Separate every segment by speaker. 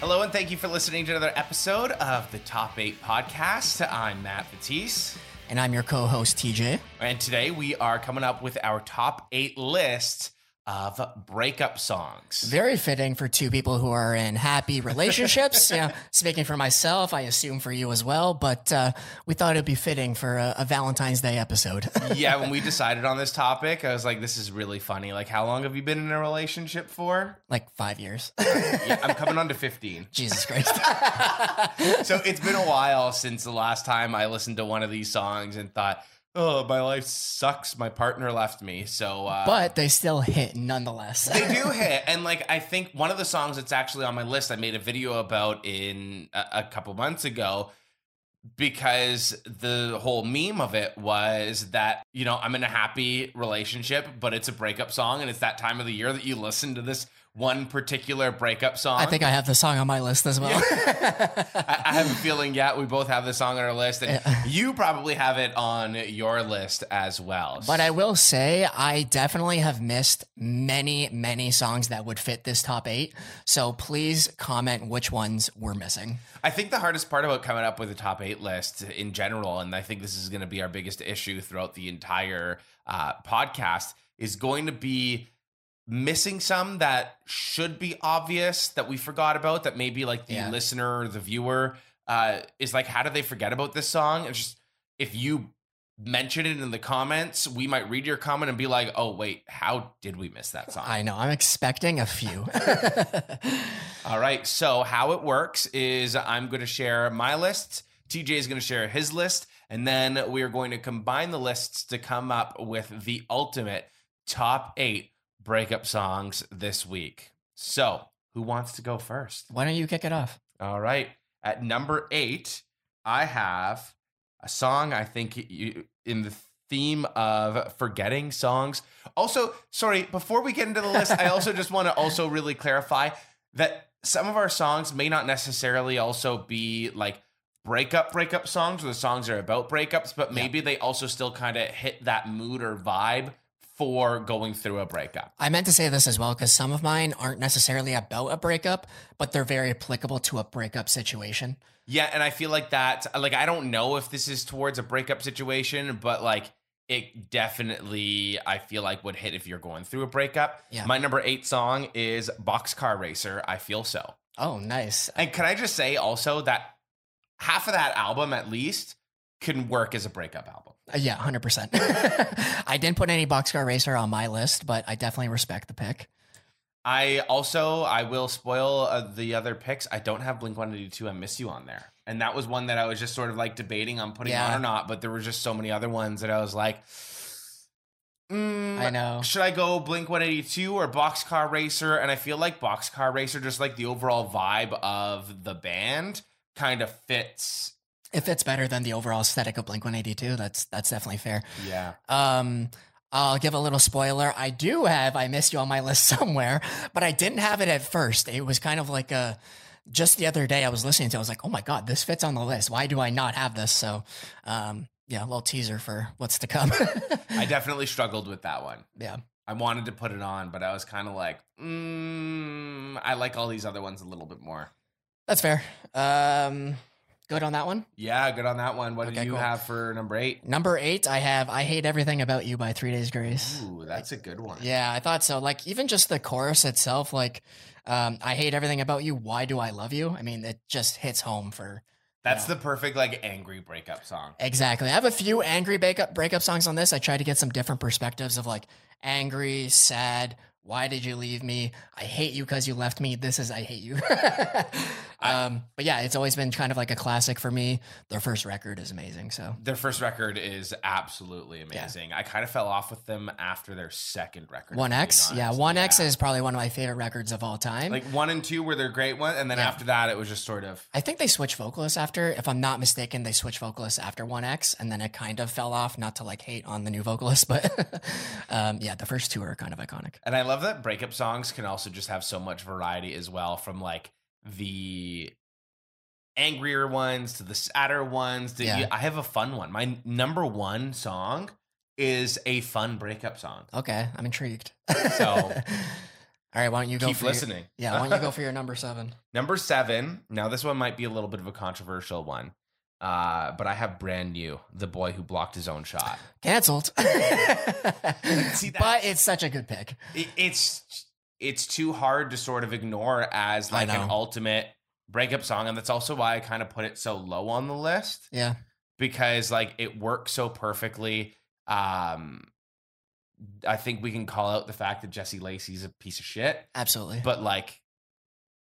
Speaker 1: Hello, and thank you for listening to another episode of the Top 8 Podcast. I'm Matt Batiste,
Speaker 2: And I'm your co host, TJ.
Speaker 1: and today we are coming up with our top eight list of breakup songs.
Speaker 2: Very fitting for two people who are in happy relationships. yeah, speaking for myself, I assume for you as well, but uh, we thought it'd be fitting for a, a Valentine's Day episode.
Speaker 1: yeah, when we decided on this topic, I was like, this is really funny. Like, how long have you been in a relationship for?
Speaker 2: like five years.
Speaker 1: Yeah, I'm coming on to 15.
Speaker 2: Jesus Christ.
Speaker 1: So it's been a while since the last time I listened to one of these songs and thought, oh, my life sucks. My partner left me. So, uh,
Speaker 2: but they still hit nonetheless.
Speaker 1: they do hit and like i think one of the songs that's actually on my list i made a video about in a, a couple months ago because the whole meme of it was that you know i'm in a happy relationship but it's a breakup song and it's that time of the year that you listen to this one particular breakup song
Speaker 2: I think I have the song on my list as well.
Speaker 1: I, I have a feeling, yeah, we both have this song on our list, and you probably have it on your list as well.
Speaker 2: But I will say, I definitely have missed many, many songs that would fit this top eight. So please comment which ones we're missing.
Speaker 1: I think the hardest part about coming up with a top eight list in general, and I think this is going to be our biggest issue throughout the entire uh, podcast, is going to be missing some that should be obvious that we forgot about that maybe like the
Speaker 2: Yeah.
Speaker 1: listener or the viewer uh, is like, how did they forget about this song? It's just if you mention it in the comments, we might read your comment and be like, oh, wait, how did we miss that song?
Speaker 2: I know, I'm expecting a few.
Speaker 1: All right. So how it works is I'm going to share my list. TJ is going to share his list, and then we are going to combine the lists to come up with the ultimate top eight breakup songs this week. So who wants to go first?
Speaker 2: Why don't you kick it off?
Speaker 1: All right. At number eight, I have a song I think you, in the theme of forgetting songs. Also, sorry, before we get into the list, I also just want to also really clarify that some of our songs may not necessarily also be like breakup breakup songs or the songs that are about breakups, but maybe they also still kind of hit that mood or vibe for going through a breakup.
Speaker 2: I meant to say this as well because some of mine aren't necessarily about a breakup, but they're very applicable to a breakup situation.
Speaker 1: Yeah, and I feel like that like I don't know if this is towards a breakup situation, but like it definitely I feel like would hit if you're going through a breakup.
Speaker 2: Yeah.
Speaker 1: My number 8 song is Boxcar Racer, I Feel So.
Speaker 2: Oh, nice.
Speaker 1: And can I just say also that half of that album at least can work as a breakup album.
Speaker 2: Uh, Yeah, 100%. I didn't put any Boxcar Racer on my list, but I definitely respect the pick.
Speaker 1: I also I will spoil uh, the other picks. I don't have Blink 182 I Miss You on there. And that was one that I was just sort of like debating on putting
Speaker 2: Yeah.
Speaker 1: on or not, but there were just so many other ones that I was like mm,
Speaker 2: I know.
Speaker 1: Should I go Blink 182 or Boxcar Racer? And I feel like Boxcar Racer just like the overall vibe of the band kind of fits.
Speaker 2: It fits better than the overall aesthetic of Blink 182. That's that's definitely fair.
Speaker 1: Yeah.
Speaker 2: Um, I'll give a little spoiler. I do have I missed you on my list somewhere, but I didn't have it at first. It was kind of like a just the other day I was listening to. it, I was like, oh my god, this fits on the list. Why do I not have this? So, um, yeah, a little teaser for what's to come.
Speaker 1: I definitely struggled with that one.
Speaker 2: yeah,
Speaker 1: I wanted to put it on, but I was kind of like, mm, I like all these other ones a little bit more.
Speaker 2: that's fair. Um, good on that one.
Speaker 1: Yeah, good on that one. What do
Speaker 2: Okay,
Speaker 1: you
Speaker 2: cool.
Speaker 1: have for number eight?
Speaker 2: Number eight, I have I hate everything about you by Three Days Grace.
Speaker 1: Ooh, that's a good one.
Speaker 2: Yeah, I thought so. Like even just the chorus itself, like um, I hate everything about you. Why do I love you? I mean, it just hits home for
Speaker 1: That's the perfect like angry breakup song.
Speaker 2: Exactly. I have a few angry breakup breakup songs on this. I tried to get some different perspectives of like angry, sad. Why did you leave me? I hate you because you left me. This is I hate you. um, but yeah, it's always been kind of like a classic for me. Their first record is amazing. So
Speaker 1: Their first record is absolutely amazing. I kind of fell off with them after their second record.
Speaker 2: One
Speaker 1: if I'm being
Speaker 2: X, yeah,
Speaker 1: honest.
Speaker 2: One X is probably one of my favorite records of all time.
Speaker 1: like one and two were their great one, and then
Speaker 2: Yeah.
Speaker 1: after that it was just sort of
Speaker 2: I think they switched vocalists after, if I'm not mistaken, they switched vocalists after One X, and then it kind of fell off. Not to like hate on the new vocalist, but um, yeah, the first two are kind of iconic.
Speaker 1: And I love that breakup songs can also just have so much variety as well from like the angrier ones to the sadder ones. To
Speaker 2: Yeah.
Speaker 1: I have a fun one. My number one song is a fun breakup song.
Speaker 2: Okay, I'm intrigued.
Speaker 1: So
Speaker 2: All right, why don't you go
Speaker 1: Keep
Speaker 2: for your-
Speaker 1: listening.
Speaker 2: yeah, why don't you go for your number seven?
Speaker 1: Number seven. Now, this one might be a little bit of a controversial one, uh, but I have brand new The Boy Who Blocked His Own Shot.
Speaker 2: Cancelled.
Speaker 1: See,
Speaker 2: but
Speaker 1: that's-
Speaker 2: it's such a good pick.
Speaker 1: It, it's it's too hard to sort of ignore as
Speaker 2: I
Speaker 1: like an
Speaker 2: know.
Speaker 1: ultimate breakup song, and that's also why I kind of put it so low on the list
Speaker 2: Yeah.
Speaker 1: because like it works so perfectly. Um, I think we can call out the fact that Jesse Lacey's a piece of shit.
Speaker 2: Absolutely.
Speaker 1: but like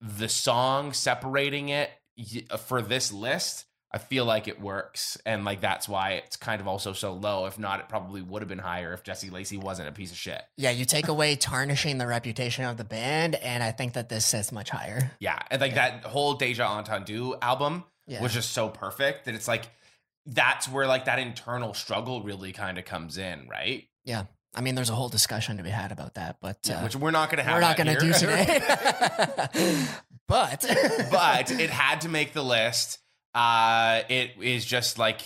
Speaker 1: the song separating it y- uh, for this list i feel like it works and like that's why it's kind of also so low if not it probably would have been higher if jesse lacey wasn't a piece of shit
Speaker 2: yeah, you take away tarnishing the reputation of the band, and I think that this sits much higher.
Speaker 1: yeah and like that whole deja entendu album
Speaker 2: Yeah.
Speaker 1: was just so perfect that it's like that's where like that internal struggle really kind of comes in right
Speaker 2: I mean, there's a whole discussion to be had about that, but uh,
Speaker 1: which we're not gonna have
Speaker 2: we're not
Speaker 1: that
Speaker 2: going to do
Speaker 1: here.
Speaker 2: today. but
Speaker 1: but it had to make the list. Uh, it is just like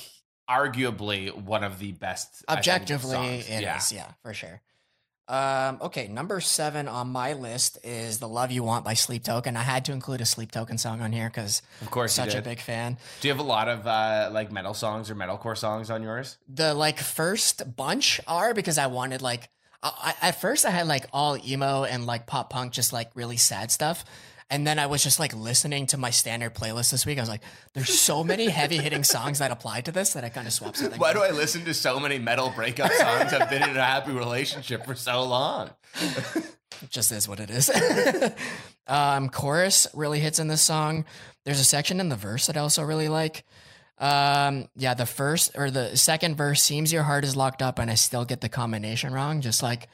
Speaker 1: arguably one of the best I think,
Speaker 2: objectively it
Speaker 1: songs.
Speaker 2: is, yeah. for sure um okay number seven on my list is the love you want by sleep token i had to include a sleep token song on here because
Speaker 1: of course. you
Speaker 2: such a
Speaker 1: did.
Speaker 2: big fan
Speaker 1: Do you have a lot of uh, like metal songs or metalcore songs on yours?
Speaker 2: the like first bunch are because i wanted like I, I- at first i had like all emo and like pop punk just like really sad stuff and then i was just like listening to my standard playlist this week i was like there's so many heavy hitting songs that apply to this that i kind of swapped something
Speaker 1: Why do I listen to so many metal breakup songs? I've been in a happy relationship for so long.
Speaker 2: just is what it is. um, chorus really hits in this song. There's a section in the verse that I also really like. Um, yeah, the first or the second verse seems your heart is locked up, and I still get the combination wrong. Just like,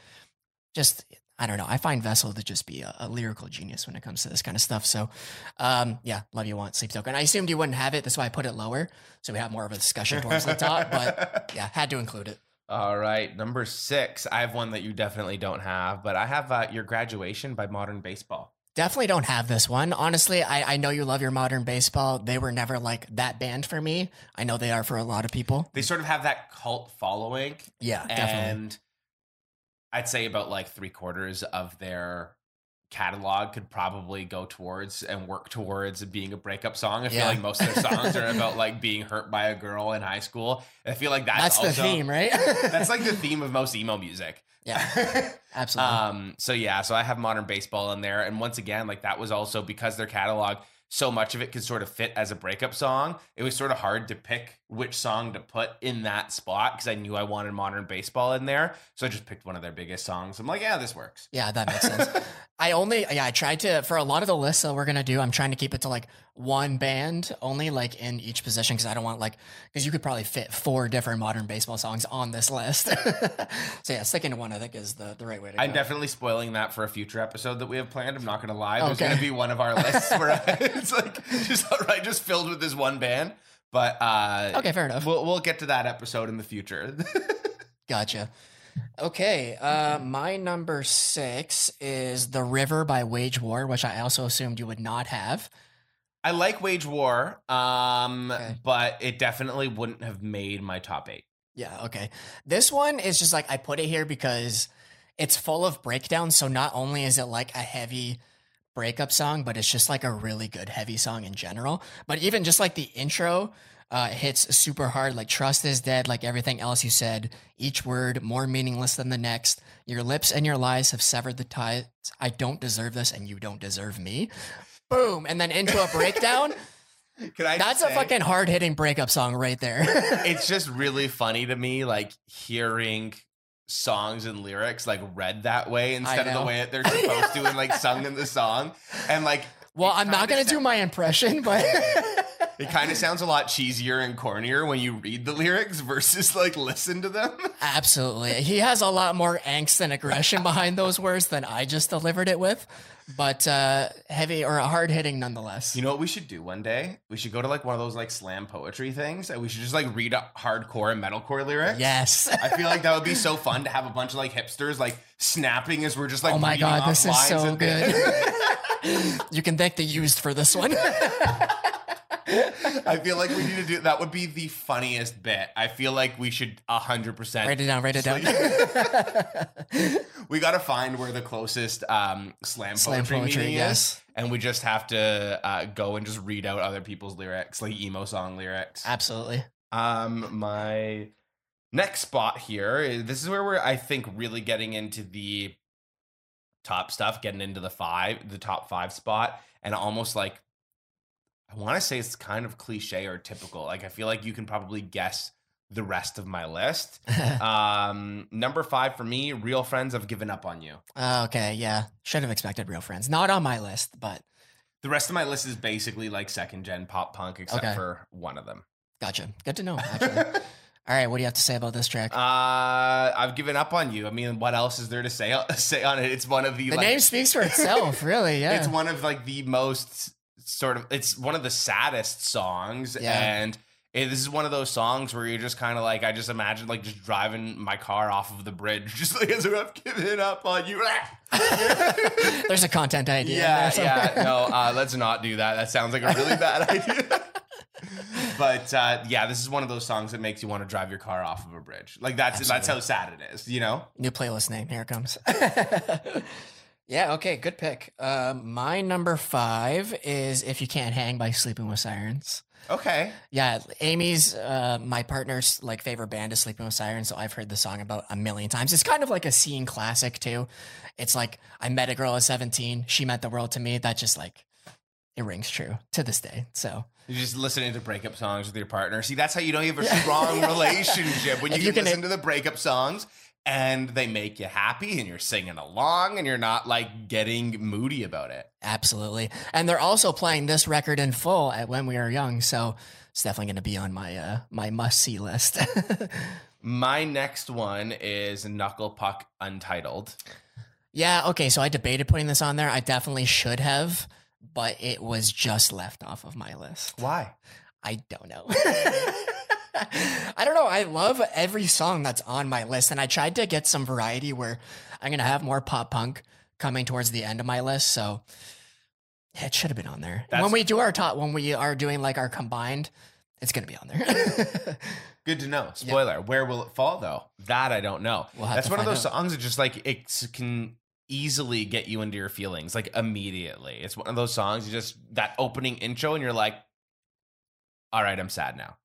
Speaker 2: just I don't know. I find Vessel to just be a, a lyrical genius when it comes to this kind of stuff. So, um, yeah, love you want sleep token. I assumed you wouldn't have it, that's why I put it lower, so we have more of a discussion towards the top. But yeah, had to include it.
Speaker 1: All right, number six. I have one that you definitely don't have, but I have uh, "Your Graduation" by Modern Baseball.
Speaker 2: Definitely don't have this one. Honestly, I, I know you love your modern baseball. They were never like that band for me. I know they are for a lot of people.
Speaker 1: They sort of have that cult following,
Speaker 2: Yeah, definitely.
Speaker 1: and I'd say about like three quarters of their catalog could probably go towards and work towards being a breakup song. I feel
Speaker 2: Yeah.
Speaker 1: like most of their songs are about like being hurt by a girl in high school. I feel like that's,
Speaker 2: That's,
Speaker 1: also,
Speaker 2: the theme, right?
Speaker 1: That's like the theme of most emo music.
Speaker 2: yeah, absolutely.
Speaker 1: Um, so yeah, so I have modern baseball in there, and once again, like that was also because their catalog, so much of it could sort of fit as a breakup song. It was sort of hard to pick which song to put in that spot because I knew I wanted modern baseball in there, so I just picked one of their biggest songs. I'm like, yeah, this works.
Speaker 2: yeah, that makes sense. I only, yeah, I tried to, for a lot of the lists that we're going to do, I'm trying to keep it to like one band only, like in each position, because I don't want like, because you could probably fit four different modern baseball songs on this list. so yeah, sticking to one, I think, is the, the right way to
Speaker 1: I'm
Speaker 2: go.
Speaker 1: definitely spoiling that for a future episode that we have planned. I'm not gonna lie. There's
Speaker 2: Okay.
Speaker 1: gonna be one of our lists where it's like just outright just filled with this one band. But uh
Speaker 2: okay, fair enough.
Speaker 1: we'll we'll get to that episode in the future.
Speaker 2: Gotcha. Okay, uh, my number six is "The River" by Wage War, which I also assumed you would not have.
Speaker 1: I like Wage War, um,
Speaker 2: Okay.
Speaker 1: but it definitely wouldn't have made my top eight.
Speaker 2: Yeah, okay. This one is just like I put it here because it's full of breakdowns. So not only is it like a heavy breakup song, but it's just like a really good heavy song in general. But even just like the intro uh, hits super hard. Like trust is dead. Like everything else you said, each word more meaningless than the next. Your lips and your lies have severed the ties. I don't deserve this, and you don't deserve me. Boom, and then into a breakdown.
Speaker 1: Can I?
Speaker 2: That's a
Speaker 1: say-
Speaker 2: fucking hard hitting breakup song right there.
Speaker 1: It's just really funny to me, like hearing songs and lyrics like read that way instead of the
Speaker 2: know.
Speaker 1: way that they're supposed to and like sung in the song. And like,
Speaker 2: Well,
Speaker 1: It
Speaker 2: I'm not
Speaker 1: kinda
Speaker 2: gonna do
Speaker 1: sound-
Speaker 2: my impression, but
Speaker 1: it kind of sounds a lot cheesier and cornier when you read the lyrics versus like listen to them.
Speaker 2: absolutely, he has a lot more angst and aggression behind those words than I just delivered it with. But uh, heavy or hard hitting nonetheless.
Speaker 1: You know what we should do one day? We should go to like one of those like slam poetry things, and we should just like read up hardcore and metalcore lyrics.
Speaker 2: yes.
Speaker 1: I feel like that would be so fun to have a bunch of like hipsters like snapping as we're just like.
Speaker 2: oh my
Speaker 1: reading off
Speaker 2: god, this is
Speaker 1: lines
Speaker 2: so
Speaker 1: and-
Speaker 2: good. you can thank the used for this one.
Speaker 1: I feel like we need to do that. Would be the funniest bit. I feel like we should hundred percent
Speaker 2: Write it down. Write it down.
Speaker 1: we got to find where the closest um, slam,
Speaker 2: Slam
Speaker 1: poetry
Speaker 2: poetry,
Speaker 1: meeting
Speaker 2: yes.
Speaker 1: is, and we just have to uh, go and just read out other people's lyrics, like emo song lyrics.
Speaker 2: Absolutely.
Speaker 1: Um, my next spot here. eh, This is where we're, I think, really getting into the top stuff, getting into the five, the top five spot, and almost like I want to say it's kind of cliche or typical. Like I feel like you can probably guess the rest of my list. Um, number five for me, real friends have given up on you.
Speaker 2: okay. Yeah. Should have expected real friends. Not on my list, but
Speaker 1: The rest of my list is basically like second gen pop punk, except
Speaker 2: Okay.
Speaker 1: for one of them.
Speaker 2: gotcha. Good to know. Actually. All right. What do you have to say about this track?
Speaker 1: uh, I've given up on you. I mean, what else is there to say say on it? It's one of the,
Speaker 2: the
Speaker 1: like,
Speaker 2: name speaks for itself. Really. Yeah.
Speaker 1: It's one of like the most sort of it's one of the saddest songs,
Speaker 2: Yeah.
Speaker 1: and it, this is one of those songs where you're just kind of like I just imagine like just driving my car off of the bridge, just like as if I've given up on you.
Speaker 2: There's a content idea. in there
Speaker 1: Yeah,
Speaker 2: somewhere.
Speaker 1: yeah. No, uh, let's not do that. That sounds like a really bad idea. but uh, yeah, this is one of those songs that makes you want to drive your car off of a bridge. Like that's that's how sad it is. You know,
Speaker 2: New playlist name. Here it comes. yeah. Okay. Good pick. Uh, my number five is "If You Can't Hang" by Sleeping with Sirens.
Speaker 1: okay.
Speaker 2: Yeah, Amy's uh, my partner's like favorite band is Sleeping with Sirens, so I've heard the song about a million times. It's kind of like a scene classic too. It's like I met a girl at seventeen, she meant the world to me. That just like it rings true to this day. So
Speaker 1: You're just listening to breakup songs with your partner. See, that's how you know you have a strong relationship when you,
Speaker 2: If
Speaker 1: can,
Speaker 2: you can-
Speaker 1: listen to the breakup songs and they make you happy and you're singing along and you're not like getting moody about it.
Speaker 2: absolutely, and they're also playing this record in full at When We Were Young. So it's definitely going to be on my uh, my must see list.
Speaker 1: My next one is Knuckle Puck Untitled.
Speaker 2: yeah, okay. So I debated putting this on there. I definitely should have, but it was just left off of my list.
Speaker 1: Why?
Speaker 2: I don't know. I don't know. I love every song that's on my list, and I tried to get some variety where I'm gonna have more pop punk coming towards the end of my list. So yeah, it should have been on there.
Speaker 1: That's-
Speaker 2: when we do our top, when we are doing like our combined, it's gonna be on there.
Speaker 1: Good to know. Spoiler. Where will it fall though? That I don't know.
Speaker 2: We'll have
Speaker 1: That's
Speaker 2: to
Speaker 1: one of
Speaker 2: find
Speaker 1: those
Speaker 2: out.
Speaker 1: songs that just like it s- can easily get you into your feelings like immediately. It's one of those songs you just that opening intro and you're like, all right, I'm sad now.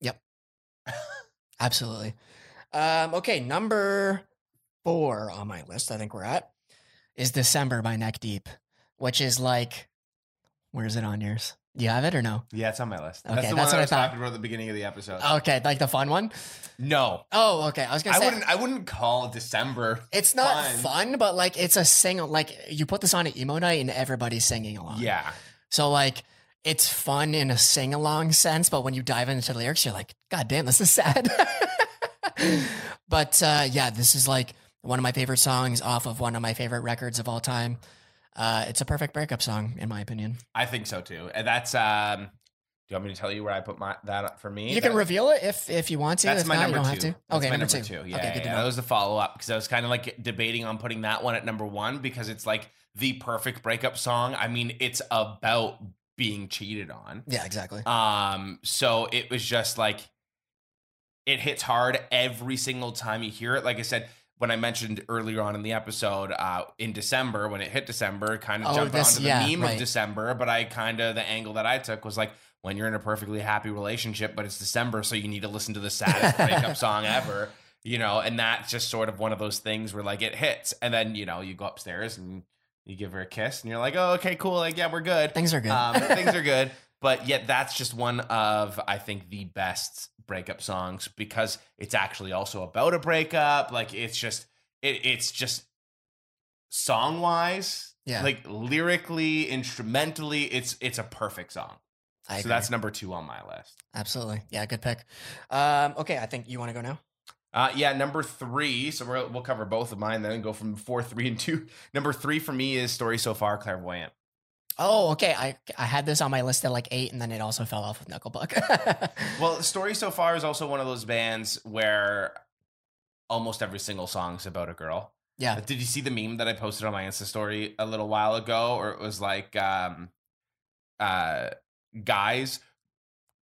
Speaker 2: Absolutely. Um, okay, number four on my list, I think we're at, is December by Neck Deep, which is like, where is it on yours? Do you have it or no?
Speaker 1: Yeah, it's on my list.
Speaker 2: Okay,
Speaker 1: that's the one
Speaker 2: that's what I
Speaker 1: that I was
Speaker 2: thought.
Speaker 1: talking about at the beginning of the episode.
Speaker 2: Okay, like the fun one.
Speaker 1: no,
Speaker 2: Oh, okay. I was gonna
Speaker 1: I
Speaker 2: say
Speaker 1: wouldn't. I wouldn't call December.
Speaker 2: it's not
Speaker 1: fun.
Speaker 2: fun. but like it's a single. Like you put this on at emo night and everybody's singing along.
Speaker 1: Yeah,
Speaker 2: So like it's fun in a sing along sense, but when you dive into the lyrics, you're like, God damn, this is sad. but uh, yeah, this is like one of my favorite songs off of one of my favorite records of all time. Uh, it's a perfect breakup song, in my opinion.
Speaker 1: I think so too. And that's. um Do you want me to tell you where I put my that up for me?
Speaker 2: You can
Speaker 1: That-
Speaker 2: reveal it if if you want to.
Speaker 1: That's
Speaker 2: if
Speaker 1: my
Speaker 2: not,
Speaker 1: number
Speaker 2: you don't
Speaker 1: two.
Speaker 2: have to.
Speaker 1: That's
Speaker 2: okay,
Speaker 1: my
Speaker 2: number, two.
Speaker 1: Yeah,
Speaker 2: okay,
Speaker 1: yeah,
Speaker 2: good to
Speaker 1: yeah.
Speaker 2: know.
Speaker 1: that was the follow up because I was kind of like debating on putting that one at number one because it's like the perfect breakup song. I mean, it's about being cheated on.
Speaker 2: yeah, exactly.
Speaker 1: Um, so it was just like it hits hard every single time you hear it. Like I said, when I mentioned earlier on in the episode, uh, in December when it hit December, kind of
Speaker 2: Oh,
Speaker 1: jumped
Speaker 2: this-
Speaker 1: onto the
Speaker 2: yeah,
Speaker 1: meme
Speaker 2: right.
Speaker 1: of December. But I kind of the angle that I took was like when you're in a perfectly happy relationship, but it's December, so you need to listen to the saddest breakup song ever. You know, and that's just sort of one of those things where like it hits, and then you know you go upstairs and you give her a kiss, and you're like, oh, okay, cool, like yeah, we're good.
Speaker 2: Things are good.
Speaker 1: Um, things are good, but yet that's just one of I think the best breakup songs because it's actually also about a breakup. Like it's just it, it's just song wise,
Speaker 2: Yeah.
Speaker 1: like lyrically, instrumentally, it's it's a perfect song.
Speaker 2: I
Speaker 1: so
Speaker 2: agree.
Speaker 1: that's number two on my list.
Speaker 2: Absolutely. Yeah, good pick. Um, okay, I think you want to go now.
Speaker 1: Uh, yeah, number three. So we're, we'll cover both of mine, then go from four, three, and two. Number three for me is "Story So Far" clairvoyant.
Speaker 2: Oh, okay. I I had this on my list at like eight, and then it also fell off with Knucklebuck.
Speaker 1: Well, Story So Far is also one of those bands where almost every single song's about a girl.
Speaker 2: yeah.
Speaker 1: Did you see the meme that I posted on my Insta story a little while ago? Or it was like, um, uh, guys,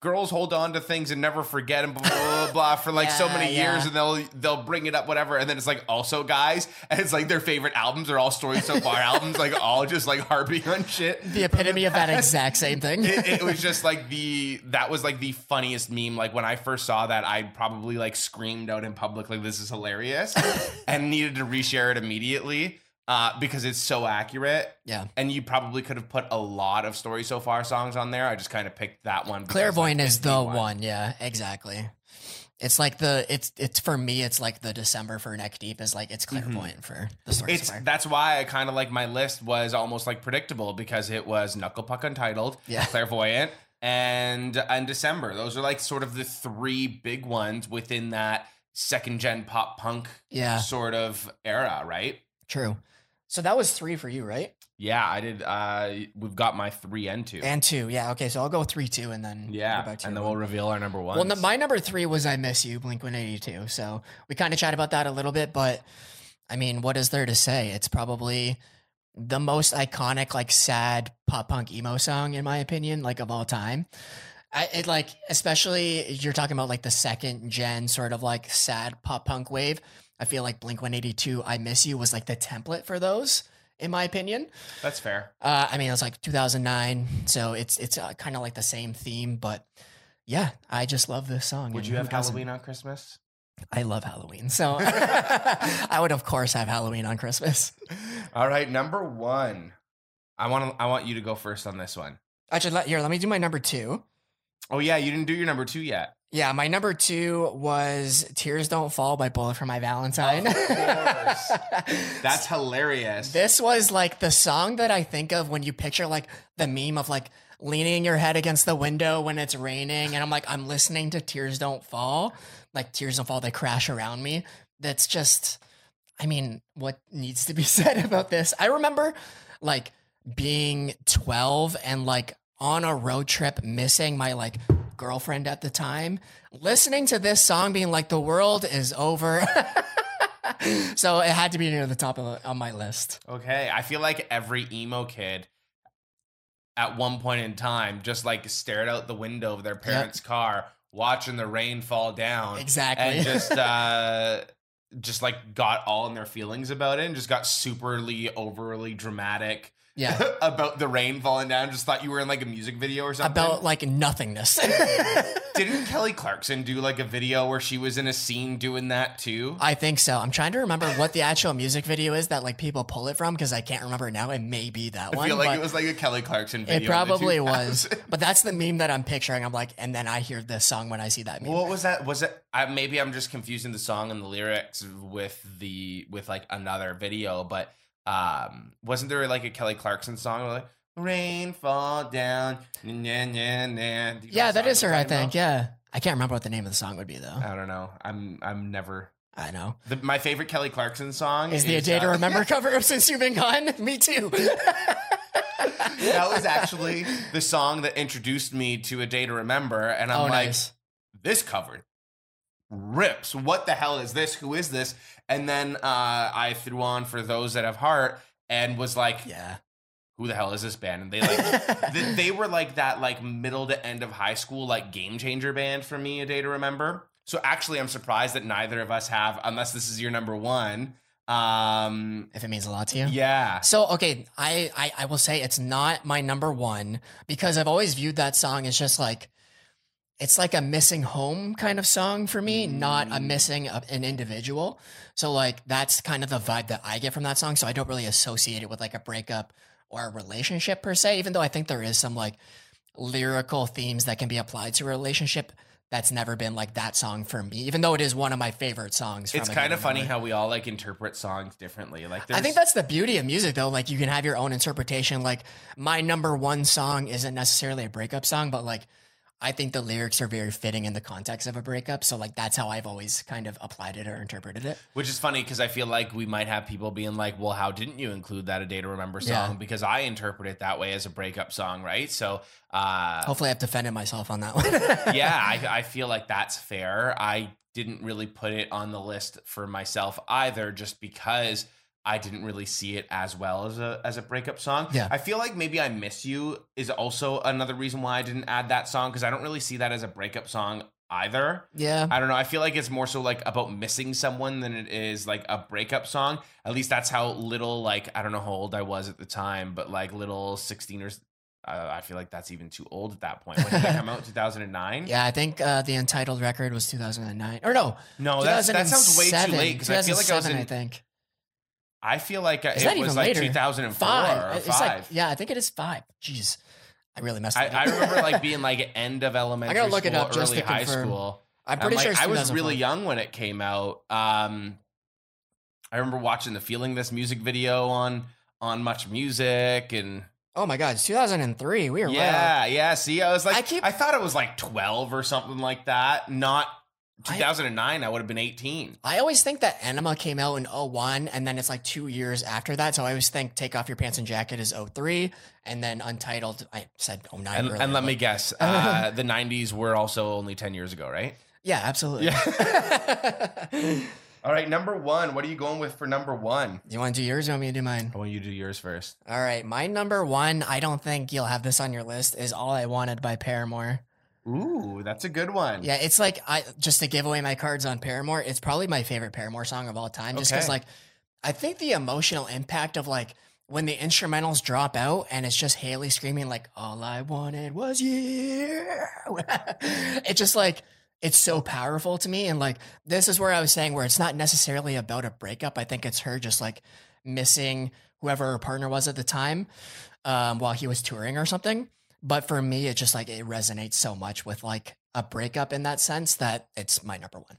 Speaker 1: girls hold on to things and never forget and blah blah, blah, blah for like so
Speaker 2: Yeah,
Speaker 1: many
Speaker 2: yeah.
Speaker 1: years and they'll they'll bring it up whatever and then it's like also guys and it's like their favorite albums are all stories so far albums like all just like harping on shit.
Speaker 2: The epitome of that exact same thing.
Speaker 1: It, it was just like the that was like the funniest meme. Like when I first saw that, I probably like screamed out in public like this is hilarious and needed to reshare it immediately uh, because it's so accurate.
Speaker 2: yeah.
Speaker 1: And you probably could have put a lot of story so far songs on there. I just kind of picked that one. because, like,
Speaker 2: Clairvoyant
Speaker 1: it's
Speaker 2: is the one. Yeah, exactly. It's like the it's it's for me. It's like the December for Neck Deep is like it's clairvoyant for the story.
Speaker 1: Mm-hmm. It's that's why I kind of like my list was almost like predictable because it was Knucklepuck Untitled,
Speaker 2: Yeah.
Speaker 1: Clairvoyant, and and December. Those are like sort of the three big ones within that second gen pop punk
Speaker 2: yeah,
Speaker 1: sort of era, right?
Speaker 2: true. So that was three for you, right?
Speaker 1: Yeah, I did. Uh, we've got my three and two.
Speaker 2: And two. Yeah. Okay. So I'll go three, two, and then go
Speaker 1: yeah,
Speaker 2: back to
Speaker 1: and
Speaker 2: your
Speaker 1: then
Speaker 2: one.
Speaker 1: we'll reveal our number one.
Speaker 2: Well, no, my number three was "I Miss You" Blink One Eighty Two. So we kind of chat about that a little bit, but I mean, what is there to say? It's probably the most iconic, like sad pop punk emo song, in my opinion, like of all time. I it like, especially you're talking about like the second gen sort of like sad pop punk wave. I feel like Blink One Eighty Two, "I Miss You" was like the template for those, in my opinion.
Speaker 1: That's fair.
Speaker 2: Uh, I mean, it was like 2009, so it's it's uh, kind of like the same theme, but yeah, I just love this song.
Speaker 1: Would
Speaker 2: and
Speaker 1: you
Speaker 2: who
Speaker 1: have
Speaker 2: doesn't?
Speaker 1: Halloween on Christmas?
Speaker 2: I love Halloween, so I would of course have Halloween on Christmas.
Speaker 1: All right, number one. I want to. I want you to go first on this one.
Speaker 2: Actually, let, here, let me do my number two.
Speaker 1: Oh yeah, you didn't do your number two yet.
Speaker 2: Yeah, my number two was "Tears Don't Fall" by Bullet for My Valentine.
Speaker 1: Of course. That's hilarious.
Speaker 2: This was like the song that I think of when you picture like the meme of like leaning your head against the window when it's raining. And I'm like, I'm listening to Tears Don't Fall. Like, Tears Don't Fall, they crash around me. That's just, I mean, what needs to be said about this? I remember like being 12 and like on a road trip, missing my like girlfriend at the time, listening to this song, being like, the world is over. so it had to be near the top of, on my list.
Speaker 1: Okay, I feel like every emo kid at one point in time just like stared out the window of their parents' car, watching the rain fall down,
Speaker 2: Exactly.
Speaker 1: and just uh, just like got all in their feelings about it, and just got superly overly dramatic
Speaker 2: yeah.
Speaker 1: about the rain falling down. Just thought you were in like a music video or something.
Speaker 2: About like nothingness.
Speaker 1: Didn't Kelly Clarkson do like a video where she was in a scene doing that too?
Speaker 2: I think so. I'm trying to remember what the actual music video is that like people pull it from because I can't remember it now. It may be that
Speaker 1: I
Speaker 2: one.
Speaker 1: feel like
Speaker 2: but
Speaker 1: it was like a Kelly Clarkson video.
Speaker 2: it
Speaker 1: in the
Speaker 2: probably
Speaker 1: 2000s.
Speaker 2: was. But that's the meme that I'm picturing. I'm like, and then I hear this song when I see that meme.
Speaker 1: What was that? Was it? I, maybe I'm just confusing the song and the lyrics with the with like another video. But um, wasn't there like a Kelly Clarkson song where, like "Rain Fall Down"? na, na, na, na." Do you know
Speaker 2: yeah,
Speaker 1: what
Speaker 2: that
Speaker 1: song Uh,
Speaker 2: is
Speaker 1: I'm
Speaker 2: her, I
Speaker 1: talking
Speaker 2: think.
Speaker 1: about?
Speaker 2: Yeah. I can't remember what the name of the song would be though.
Speaker 1: I don't know. I'm I'm never
Speaker 2: I know.
Speaker 1: the, my favorite Kelly Clarkson song
Speaker 2: Is the A Day to
Speaker 1: uh,
Speaker 2: Remember cover of Since You've Been Gone? Me too.
Speaker 1: that was actually the song that introduced me to A Day to Remember, and I'm
Speaker 2: oh,
Speaker 1: like,
Speaker 2: nice.
Speaker 1: this covered rips what the hell is this who is this and then uh i threw on for those that have heart and was like
Speaker 2: Yeah.
Speaker 1: who the hell is this band and they like they, they were like that like middle to end of high school like game changer band for me a day to remember so actually i'm surprised that neither of us have unless this is your number one um
Speaker 2: if it means a lot to you.
Speaker 1: yeah
Speaker 2: So okay, I, I I will say it's not my number one because I've always viewed that song as just like it's like a missing home kind of song for me, not a
Speaker 1: Mm.
Speaker 2: missing of an individual. So like that's kind of the vibe that I get from that song. So I don't really associate it with like a breakup or a relationship per se, even though I think there is some like lyrical themes that can be applied to a relationship. That's never been like that song for me, even though it is one of my favorite songs.
Speaker 1: it's
Speaker 2: from Again
Speaker 1: kind of
Speaker 2: and
Speaker 1: funny
Speaker 2: Again.
Speaker 1: how we all like interpret songs differently like
Speaker 2: I think
Speaker 1: there's-
Speaker 2: that's the beauty of music, though. Like, you can have your own interpretation. Like, my number one song isn't necessarily a breakup song, but like, I think the lyrics are very fitting in the context of a breakup. So, like, that's how I've always kind of applied it or interpreted it.
Speaker 1: Which is funny because I feel like we might have people being like, "Well, how didn't you include that a day to remember
Speaker 2: Yeah.
Speaker 1: song?" Because I interpret it that way as a breakup song, right? So, uh,
Speaker 2: Hopefully, I've defended myself on that one.
Speaker 1: yeah, I, I feel like that's fair. I didn't really put it on the list for myself either, just because I didn't really see it as well as a as a breakup song.
Speaker 2: Yeah.
Speaker 1: I feel like maybe I miss you is also another reason why I didn't add that song because I don't really see that as a breakup song either.
Speaker 2: Yeah.
Speaker 1: I don't know. I feel like it's more so like about missing someone than it is like a breakup song. At least that's how little like I don't know how old I was at the time, but like little sixteeners. Uh, I feel like that's even too old at that point. When did that come out? Two thousand and nine.
Speaker 2: Yeah, I think uh, the untitled record was 2009. Or no,
Speaker 1: No, Oh, that's, that sounds way too
Speaker 2: 2007.
Speaker 1: late because I feel like I was
Speaker 2: 2007, I
Speaker 1: in.
Speaker 2: think.
Speaker 1: I feel like
Speaker 2: Is
Speaker 1: it was
Speaker 2: that even
Speaker 1: like
Speaker 2: later?
Speaker 1: two thousand and four
Speaker 2: Five.
Speaker 1: or
Speaker 2: It's like,
Speaker 1: five.
Speaker 2: yeah, I think it is five. Jeez. I really messed
Speaker 1: I,
Speaker 2: that
Speaker 1: I
Speaker 2: up.
Speaker 1: remember like being like end of elementary
Speaker 2: gotta look it
Speaker 1: school,
Speaker 2: up just
Speaker 1: early
Speaker 2: to
Speaker 1: high
Speaker 2: confirm.
Speaker 1: school.
Speaker 2: I'm
Speaker 1: And,
Speaker 2: pretty
Speaker 1: like,
Speaker 2: sure it's
Speaker 1: I was really
Speaker 2: 2005.
Speaker 1: young when it came out. Um, I remember watching the Feeling This music video on on Much Music, and
Speaker 2: Oh my God, it's 2003. We were way off.
Speaker 1: yeah, yeah. See, I was like,
Speaker 2: I
Speaker 1: I,
Speaker 2: keep-
Speaker 1: thought it was like twelve or something like that. Not
Speaker 2: I-
Speaker 1: 2009. I, would have been 18.
Speaker 2: I always think that Enema came out in 01 and then it's like two years after that. So I always think Take Off Your Pants and Jacket is 03 and then Untitled, I said 09.
Speaker 1: And,
Speaker 2: earlier,
Speaker 1: and let
Speaker 2: but-
Speaker 1: me guess, uh, the 90s were also only 10 years ago, right?
Speaker 2: Yeah, absolutely.
Speaker 1: All right, number one. What are you going with for number one?
Speaker 2: you want to do yours or you want me to do mine?
Speaker 1: I want you to do yours first.
Speaker 2: All right, my number one, I don't think you'll have this on your list, is All I Wanted by Paramore.
Speaker 1: Ooh, that's a good one.
Speaker 2: Yeah, it's like I just to give away my cards on Paramore. It's probably my favorite Paramore song of all time, just because
Speaker 1: Okay.
Speaker 2: like I think the emotional impact of like when the instrumentals drop out and it's just Haley screaming like "All I wanted was you." it just like it's so powerful to me, and like this is where I was saying where it's not necessarily about a breakup. I think it's her just like missing whoever her partner was at the time um, while he was touring or something. But for me, it just like it resonates so much with like a breakup in that sense that it's my number one.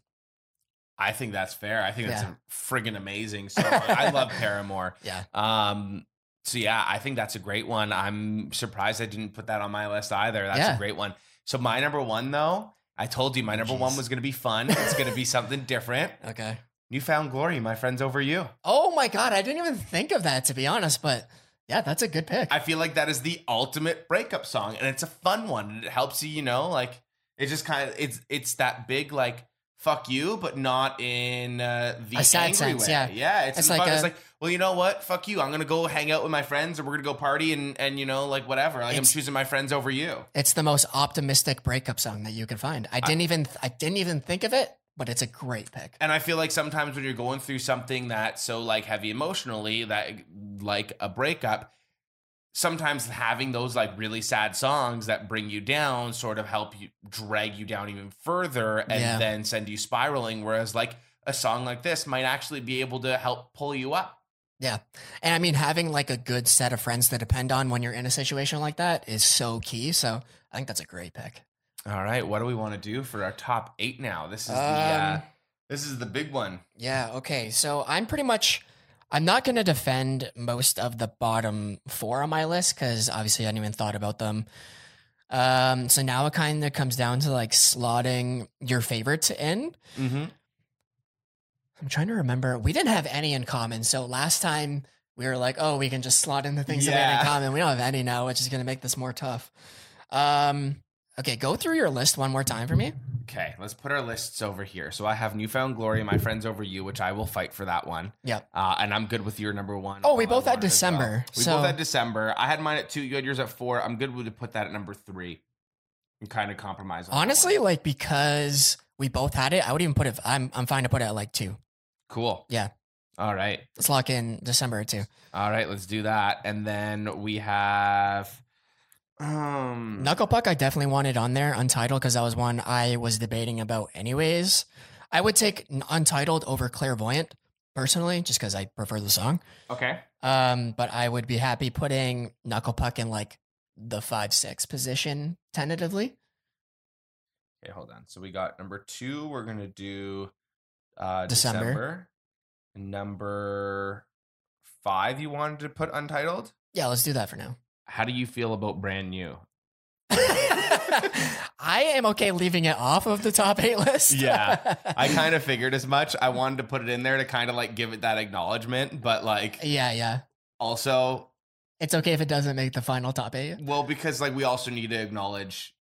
Speaker 1: I think that's fair. I think that's
Speaker 2: Yeah.
Speaker 1: a friggin' amazing song. I love Paramore.
Speaker 2: Yeah.
Speaker 1: Um, so yeah, I think that's a great one. I'm surprised I didn't put that on my list either. That's
Speaker 2: Yeah.
Speaker 1: a great one. So my number one though, I told you my number one
Speaker 2: Jeez.
Speaker 1: was gonna be fun. It's gonna be something different.
Speaker 2: Okay.
Speaker 1: Newfound glory, my friends over you.
Speaker 2: Oh my God. I didn't even think of that to be honest, but yeah, that's a good pick.
Speaker 1: I feel like that is the ultimate breakup song, and it's a fun one. and It helps you, you know, like it just kind of it's it's that big like fuck you, but not in uh, the
Speaker 2: A sad
Speaker 1: angry
Speaker 2: sense,
Speaker 1: way.
Speaker 2: yeah.
Speaker 1: yeah. It's,
Speaker 2: It's
Speaker 1: in
Speaker 2: like
Speaker 1: fun. it's
Speaker 2: a-
Speaker 1: like, well, you know what? Fuck you. I'm gonna go hang out with my friends, or we're gonna go party, and and you know, like whatever. Like I'm
Speaker 2: It's-
Speaker 1: choosing my friends over you.
Speaker 2: it's the most optimistic breakup song that you could find. I didn't even I didn't even think of it, but it's a great pick.
Speaker 1: And I feel like sometimes when you're going through something that's so like heavy emotionally, that like a breakup, sometimes having those like really sad songs that bring you down sort of help you drag you down even further and
Speaker 2: Yeah.
Speaker 1: then send you spiraling. Whereas like a song like this might actually be able to help pull you up.
Speaker 2: And I mean, having like a good set of friends to depend on when you're in a situation like that is so key. So I think that's a great pick.
Speaker 1: All right, what do we want to do for our top eight now? This is the uh,
Speaker 2: Um,
Speaker 1: this is the big one.
Speaker 2: Yeah, okay. So I'm pretty much I'm not going to defend most of the bottom 4 on my list cuz obviously I hadn't even thought about them. Um so now it kind of comes down to like slotting your favorites in.
Speaker 1: Mm-hmm.
Speaker 2: I'm trying to remember. We didn't have any in common. So last time we were like, "Oh, we can just slot in the things that we had in
Speaker 1: Yeah.
Speaker 2: common." We don't have any now, which is going to make this more tough. Um okay, go through your list one more time for me.
Speaker 1: Okay, let's put our lists over here. So I have Newfound Glory, My Friends Over You, which I will fight for that one.
Speaker 2: Yep.
Speaker 1: Uh, and I'm good with your number one.
Speaker 2: Oh, we
Speaker 1: All I
Speaker 2: both had
Speaker 1: Wanted as well.
Speaker 2: December,
Speaker 1: We
Speaker 2: so-
Speaker 1: both had December. I had mine at two. You had yours at four. I'm good with to put that at number three and kind of compromise. on that
Speaker 2: Honestly,
Speaker 1: one.
Speaker 2: like because we both had it, I would even put it I'm I'm fine to put it at like 2.
Speaker 1: cool.
Speaker 2: Yeah.
Speaker 1: All right.
Speaker 2: Let's lock in December too.
Speaker 1: All right. Let's do that. And then we have. Um,
Speaker 2: Knuckle Puck, I definitely wanted on there. Untitled, because that was one I was debating about, anyways. I would take N- Untitled over Clairvoyant personally, just because I prefer the song.
Speaker 1: okay.
Speaker 2: Um, but I would be happy putting Knuckle Puck in like the five six position tentatively.
Speaker 1: Okay, hold on. So we got number two. We're gonna do uh,
Speaker 2: December.
Speaker 1: December. Number five. You wanted to put Untitled.
Speaker 2: Yeah, let's do that for now.
Speaker 1: How do you feel about Brand New?
Speaker 2: I am okay leaving it off of the top eight list.
Speaker 1: Yeah, I kind of figured as much. I wanted to put it in there to kind of like give it that acknowledgement, but like
Speaker 2: yeah, yeah.
Speaker 1: also,
Speaker 2: It's okay if it doesn't make the final top eight.
Speaker 1: well, because like we also need to acknowledge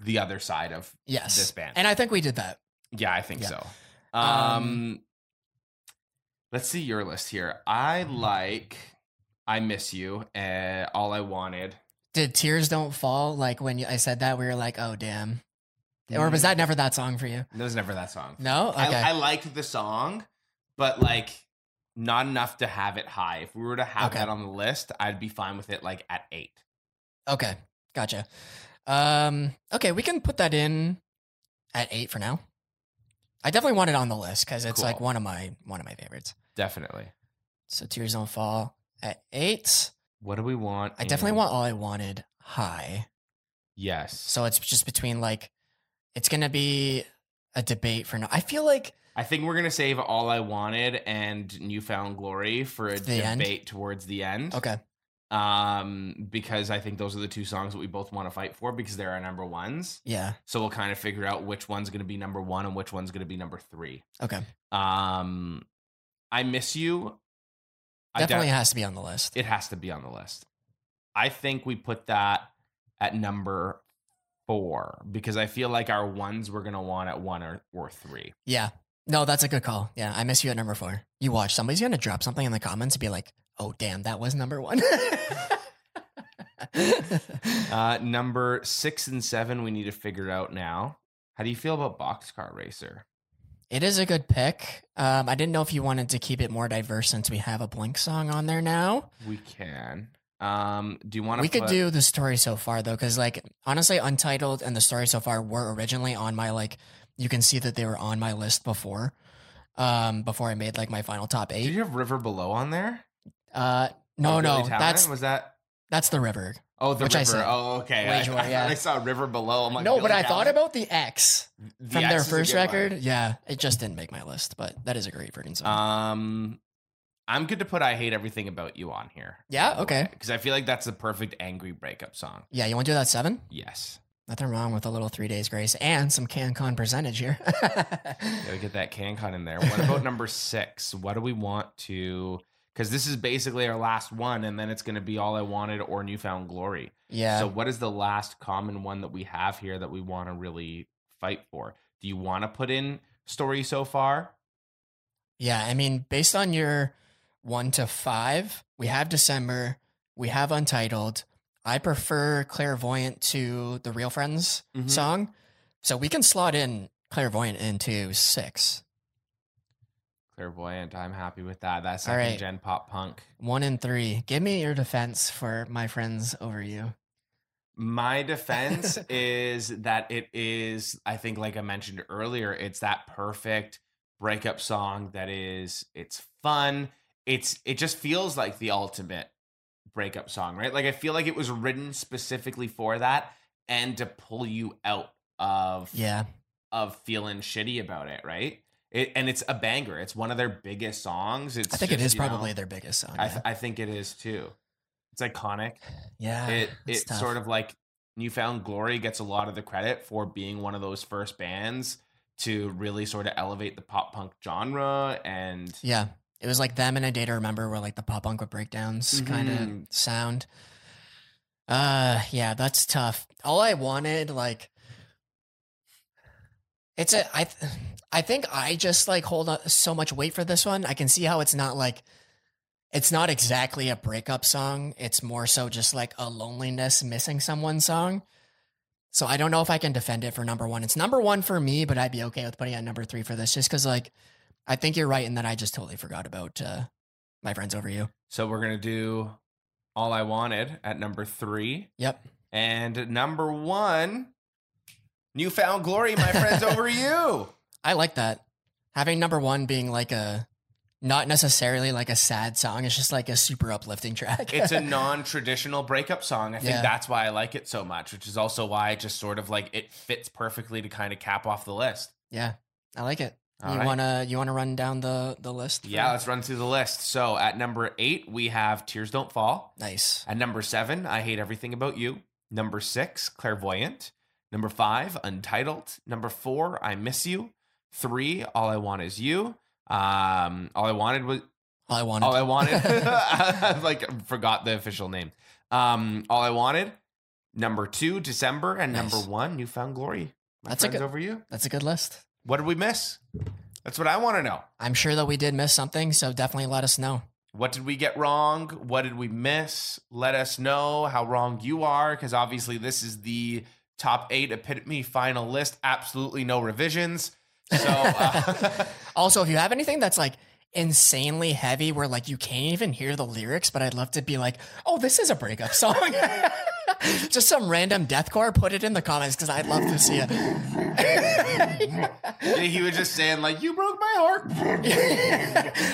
Speaker 1: the other side of.
Speaker 2: Yes,
Speaker 1: This band.
Speaker 2: and I think we did that.
Speaker 1: Yeah, I think
Speaker 2: Yeah.
Speaker 1: so. Um,
Speaker 2: Um,
Speaker 1: Let's see your list here. I
Speaker 2: Mm-hmm.
Speaker 1: like I Miss You and All I Wanted.
Speaker 2: Did tears don't fall? Like when you, I said that, we were like, oh damn. Or was that never that song for you?
Speaker 1: There's never that song.
Speaker 2: No. Okay.
Speaker 1: Mm. I, I liked the song, but like not enough to have it high. If we were to have
Speaker 2: Okay.
Speaker 1: that on the list, I'd be fine with it like at eight.
Speaker 2: okay. Gotcha. Um. Okay, we can put that in at eight for now. I definitely want it on the list because it's like
Speaker 1: Cool.
Speaker 2: one of my one of my favorites.
Speaker 1: Definitely.
Speaker 2: So tears don't fall at eight.
Speaker 1: What do we want?
Speaker 2: I definitely
Speaker 1: in-
Speaker 2: want all I wanted high.
Speaker 1: Yes.
Speaker 2: So it's just between like, it's gonna be a debate for now. I feel like
Speaker 1: I think we're gonna save All I Wanted and Newfound Glory for a
Speaker 2: The end?
Speaker 1: debate towards the end.
Speaker 2: okay,
Speaker 1: Um, because I think those are the two songs that we both want to fight for because they're our number ones.
Speaker 2: yeah,
Speaker 1: So we'll kind of figure out which one's gonna be number one and which one's gonna be number three.
Speaker 2: okay,
Speaker 1: Um, I miss you.
Speaker 2: definitely
Speaker 1: I
Speaker 2: has to be on the list.
Speaker 1: de- it has to be on the list. I think we put that at number four because I feel like our ones we're gonna want at one or, or three.
Speaker 2: Yeah, no, that's a good call. Yeah, I miss you at number four. You watch somebody's gonna drop something in the comments and be like, "Oh damn, that was number one."
Speaker 1: Uh, number six and seven, we need to figure out now. How do you feel about Boxcar Racer?
Speaker 2: it is a good pick. Um, I didn't know if you wanted to keep it more diverse since we have a Blink song on there now.
Speaker 1: We can. Um, do you want to?
Speaker 2: We could do the story so far though, because like honestly, Untitled and the story so far were originally on my like. You can see that they were on my list before, um, before I made like my final top
Speaker 1: Did
Speaker 2: eight.
Speaker 1: you have River Below on there?
Speaker 2: Uh, no,
Speaker 1: Oh,
Speaker 2: no,
Speaker 1: Billy Talent?
Speaker 2: that's
Speaker 1: was that.
Speaker 2: that's the river.
Speaker 1: Oh, the
Speaker 2: Which I
Speaker 1: river.
Speaker 2: said.
Speaker 1: Oh, okay.
Speaker 2: Way
Speaker 1: I,
Speaker 2: Joy,
Speaker 1: I,
Speaker 2: yeah.
Speaker 1: I saw River Below. I'm like,
Speaker 2: no,
Speaker 1: Billy
Speaker 2: but I thought
Speaker 1: Talent?
Speaker 2: about the X
Speaker 1: Oh The
Speaker 2: from
Speaker 1: X
Speaker 2: their
Speaker 1: is a
Speaker 2: first
Speaker 1: good one.
Speaker 2: record. Yeah, it just didn't make my list, but that is a great freaking song.
Speaker 1: Um, I'm good to put "I Hate Everything About You" on here.
Speaker 2: Yeah, okay.
Speaker 1: Because I feel like that's the perfect angry breakup song.
Speaker 2: yeah, you want to do that seven?
Speaker 1: Yes.
Speaker 2: Nothing wrong with a little three days grace and some CanCon percentage here.
Speaker 1: Gotta get that CanCon in there. What about number six? What do we want to? Because this is basically our last one, and then it's going to be all I wanted or newfound glory.
Speaker 2: yeah.
Speaker 1: So, what is the last common one that we have here that we want to really fight for? Do you want to put in story so far?
Speaker 2: Yeah, I mean, based on your one to five, we have December, we have Untitled. I prefer Clairvoyant to the Real Friends
Speaker 1: Mhm.
Speaker 2: song. So we can slot in Clairvoyant into six.
Speaker 1: Clairvoyant, I'm happy with that. That's
Speaker 2: All
Speaker 1: second
Speaker 2: right.
Speaker 1: gen pop punk.
Speaker 2: One and three. Give me your defense for my friends over you.
Speaker 1: My defense is that it is, I think, like I mentioned earlier, it's that perfect breakup song that is, it's fun. It's, it just feels like the ultimate breakup song, right? Like I feel like it was written specifically for that and to pull you out of,
Speaker 2: Yeah.
Speaker 1: of feeling shitty about it, right? It, and it's a banger. It's one of their biggest songs. It's
Speaker 2: I think it
Speaker 1: just,
Speaker 2: is
Speaker 1: you know,
Speaker 2: probably their biggest song.
Speaker 1: I,
Speaker 2: yeah.
Speaker 1: th- I think it is too. It's iconic
Speaker 2: yeah.
Speaker 1: it
Speaker 2: Ah, it's
Speaker 1: it
Speaker 2: tough.
Speaker 1: sort of like newfound glory gets a lot of the credit for being one of those first bands to really sort of elevate the pop punk genre and
Speaker 2: Yeah. It was like them and a day to remember where like the pop punk with breakdowns kind
Speaker 1: Mhm.
Speaker 2: of sound. Uh yeah, that's tough. All I wanted, like it's a I th- I think I just like hold on so much weight for this one. I can see how it's not like it's not exactly a breakup song. It's more so just like a loneliness missing someone song. So I don't know if I can defend it for number one. It's number one for me, but I'd be okay with putting it at number three for this just because like I think you're right in that I just totally forgot about uh, my friends over you.
Speaker 1: so we're gonna do all i wanted at number three
Speaker 2: Yep.
Speaker 1: and number one newfound glory my friends over you
Speaker 2: I like that. Having number one being like a not necessarily like a sad song, it's just like a super uplifting track.
Speaker 1: it's a non-traditional breakup song i think
Speaker 2: Yeah.
Speaker 1: that's why i like it so much which is also why it just sort of like it fits perfectly to kind of cap off the list
Speaker 2: yeah. I like it.
Speaker 1: All
Speaker 2: you
Speaker 1: right.
Speaker 2: wanna you wanna run down the the list? for-
Speaker 1: Yeah, let's run through the list. So at number eight, we have Tears Don't Fall.
Speaker 2: Nice.
Speaker 1: At number seven, I Hate Everything About You. Number six, Clairvoyant. Number five, Untitled. Number four, I Miss You. Three, All I Want Is You. Um, all I wanted was
Speaker 2: All I wanted.
Speaker 1: all I wanted. I like forgot the official name. Um, all I wanted. Number two, December, and
Speaker 2: Nice.
Speaker 1: number one, Newfound Glory. My
Speaker 2: That's a
Speaker 1: friends
Speaker 2: good-
Speaker 1: over you.
Speaker 2: That's a good list.
Speaker 1: What did we miss? That's what I want to know.
Speaker 2: I'm sure that we did miss something, so definitely let us know.
Speaker 1: What did we get wrong? What did we miss? Let us know how wrong you are, because obviously this is the top eight epitome final list. Absolutely no revisions. So uh,
Speaker 2: Also, if you have anything that's like insanely heavy where like you can't even hear the lyrics, but I'd love to be like, oh, this is a breakup song. Just some random deathcore, put it in the comments because I'd love to see it.
Speaker 1: he was just saying like, "You broke my heart."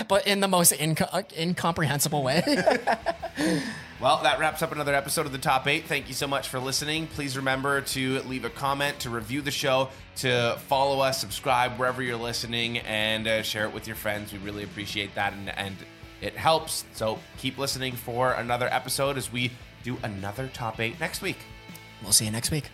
Speaker 2: but in the most inco- uh, incomprehensible way.
Speaker 1: Well, that wraps up another episode of the Top 8. Thank you so much for listening. Please remember to leave a comment, to review the show, to follow us, subscribe wherever you're listening, and uh, share it with your friends. We really appreciate that, and, and it helps. So keep listening for another episode as we do another Top 8 next week.
Speaker 2: we'll see you next week.